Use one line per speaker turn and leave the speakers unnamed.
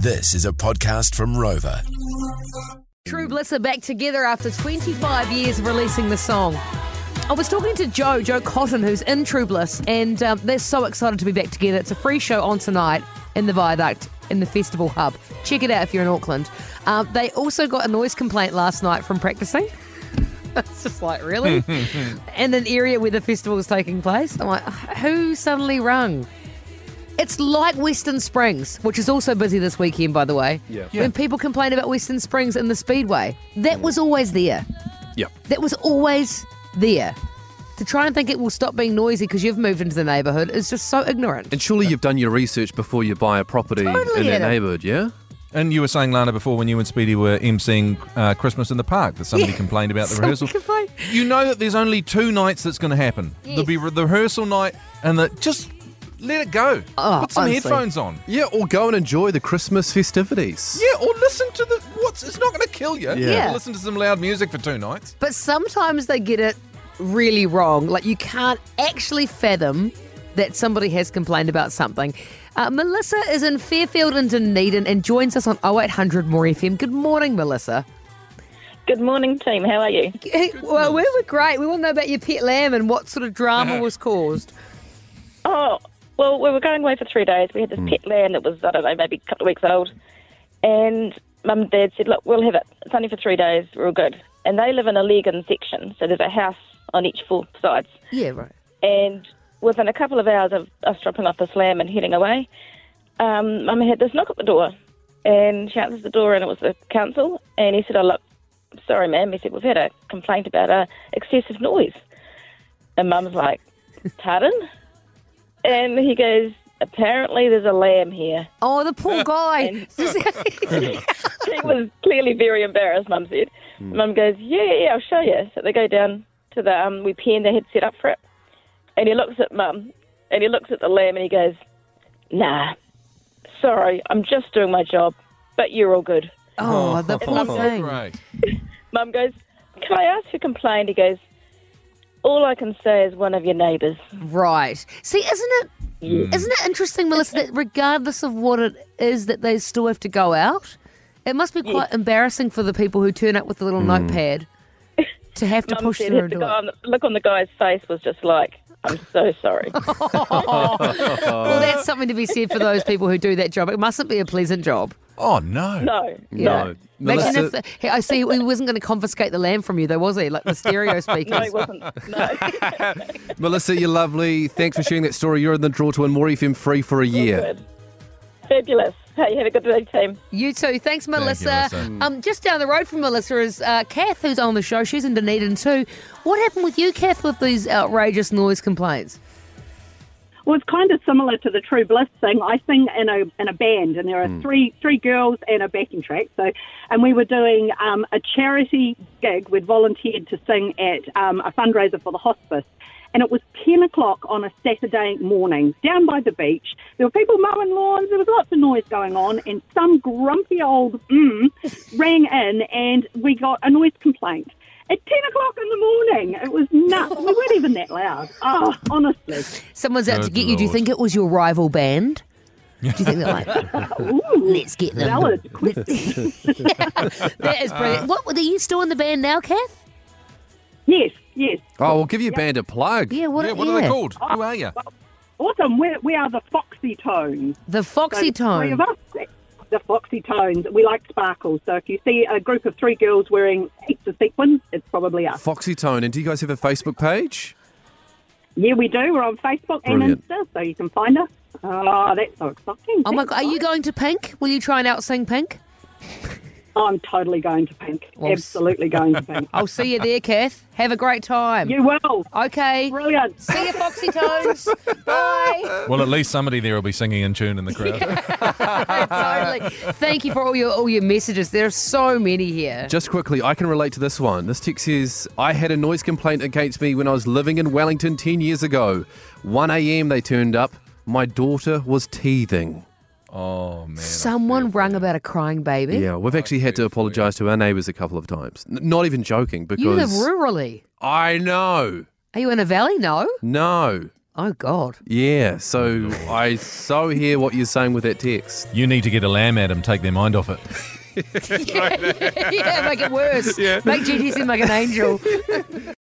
This is a podcast from Rover.
True Bliss are back together after 25 years of releasing the song. I was talking to Joe, Joe Cotton, who's in True Bliss, and um, they're so excited to be back together. It's a free show on tonight in the Viaduct in the Festival Hub. Check it out if you're in Auckland. Uh, they also got a noise complaint last night from practicing. it's just like, really? in an area where the festival is taking place. I'm like, who suddenly rung? It's like Western Springs, which is also busy this weekend, by the way. When people complain about Western Springs and the Speedway, that was always there.
Yep.
That was always there. To try and think it will stop being noisy because you've moved into the neighbourhood is just so ignorant.
And surely you've done your research before you buy a property
Totally,
in that
Adam.
neighbourhood, yeah?
And you were saying, Lana, before when you and Speedy were emceeing uh, Christmas in the Park, that somebody
Yeah.
complained about the
Someone
rehearsal.
complained.
You know that there's only two nights that's going to happen. There'll be re- the rehearsal night and the just let it go.
Oh,
Put some
honestly.
headphones on.
Ah, Yeah, or go and enjoy the Christmas festivities.
Yeah, or listen to the what's. It's not going to kill you.
Yeah.
Listen to some loud music for two nights.
But sometimes they get it really wrong. Like you can't actually fathom that somebody has complained about something. Uh, Melissa is in Fairfield and Dunedin and joins us on 0800 More FM. Good morning, Melissa.
Good morning, team. How are you?
well, we were great. We want to know about your pet lamb and what sort of drama was caused.
Oh, well, we were going away for three days. We had this pet lamb that was, I don't know, maybe a couple of weeks old. And mum and dad said, look, we'll have it. It's only for three days. We're all good. And they live in a legan section, so there's a house on each four sides.
Yeah, right.
And within a couple of hours of us dropping off this lamb and heading away, um, Mum had this knock at the door. And she answers the door, and it was the council. And he said, Oh, look, sorry, ma'am. He said, We've had a complaint about uh, excessive noise. And Mum's like, Pardon? and he goes, Apparently, there's a lamb here.
Oh, the poor guy.
She was clearly very embarrassed, Mum said. Mum goes, yeah, yeah, yeah, I'll show you. So they go down to the um, wee pen they had set up for it. And he looks at Mum and he looks at the lamb and he goes, nah, sorry, I'm just doing my job, but you're all good.
oh, the poor thing.
Great.
Mum goes, can I ask who complained? He goes, all I can say is one of your neighbours.
Right. See, isn't it?
Hmm.
Isn't it interesting, Melissa, that regardless of what it is that they still have to go out, it must be quite embarrassing for the people who turn up with the little notepad to have to
Hmm. Mum
push
said
through
his-
and
the
do
guy
it.
on the- look on the guy's face was just like, I'm so sorry.
Well, that's something to be said for those people who do that job. It mustn't be a pleasant job.
Oh no.
no,
Yeah.
no.
Imagine
Melissa,
if hey, I see he wasn't going to confiscate the land from you, though, was he? Like the stereo
No, he
speakers.
wasn't. No.
Melissa, you're lovely. Thanks for sharing that story. You're in the draw to win more FM free for a year.
Good. Fabulous. Hey, have a good day, team.
You too. Thanks, Melissa.
Melissa.
Um, just down the road from Melissa is uh, Kath, who's on the show. She's in Dunedin too. What happened with you, Kath, with these outrageous noise complaints?
Well, it's kind of similar to the True Bliss thing. I sing in a in a band, and there are three three girls and a backing track. So, and we were doing um, a charity gig. We'd volunteered to sing at um, a fundraiser for the hospice, and it was ten o'clock on a Saturday morning down by the beach. There were people mowing lawns. There was lots of noise going on, and some grumpy old mm rang in, and we got a noise complaint. At 10 o'clock in the morning, it was nuts. We weren't even that loud. Oh, honestly.
Someone's out to
Good
get you. Do you
Lord.
think it was your rival band? Do you think they're like,
Ooh.
let's get them?
Valid.
That is brilliant. What are you still in the band now, Kath?
Yes, yes.
Oh, we'll give your band a plug.
Yeah. What?
Yeah. What are they called? Who are you?
Awesome. We're, we are the Foxy Tones.
The
So
Foxy
the Three of
Tone.
us. The Foxy Tones. We like sparkles. So if you see a group of three girls wearing heaps of sequins, it's probably us.
Foxy Tone. And do you guys have a Facebook page?
Yeah, we do. We're on Facebook
Brilliant.
and Insta, so you can find us. Oh, that's so exciting.
Oh my God! Are you going to Pink? Will you try and out sing Pink?
I'm totally going to pink.
Well, s-
Absolutely going to pink.
I'll see you there, Kath. Have a great time.
You will.
Okay.
Brilliant.
See you, Foxy Tones. Bye.
Well, at least somebody there will be singing in tune in the crowd.
totally. Thank you for all your all your messages. There are so many here.
Just quickly, I can relate to this one. This text says, I had a noise complaint against me when I was living in Wellington 10 years ago. 1 a.m. they turned up. My daughter was teething.
Oh man.
Someone rang about a crying baby.
Yeah, we've actually had to apologise to our neighbours a couple of times. N- not even joking,
You live
because
rurally.
I know,
Are you in a valley? No.
no,
Oh, God.
Yeah, so I so hear what you're saying with that text.
You need to get a lamb at him, take their mind off it.
yeah, make it worse. Make GTC like an angel.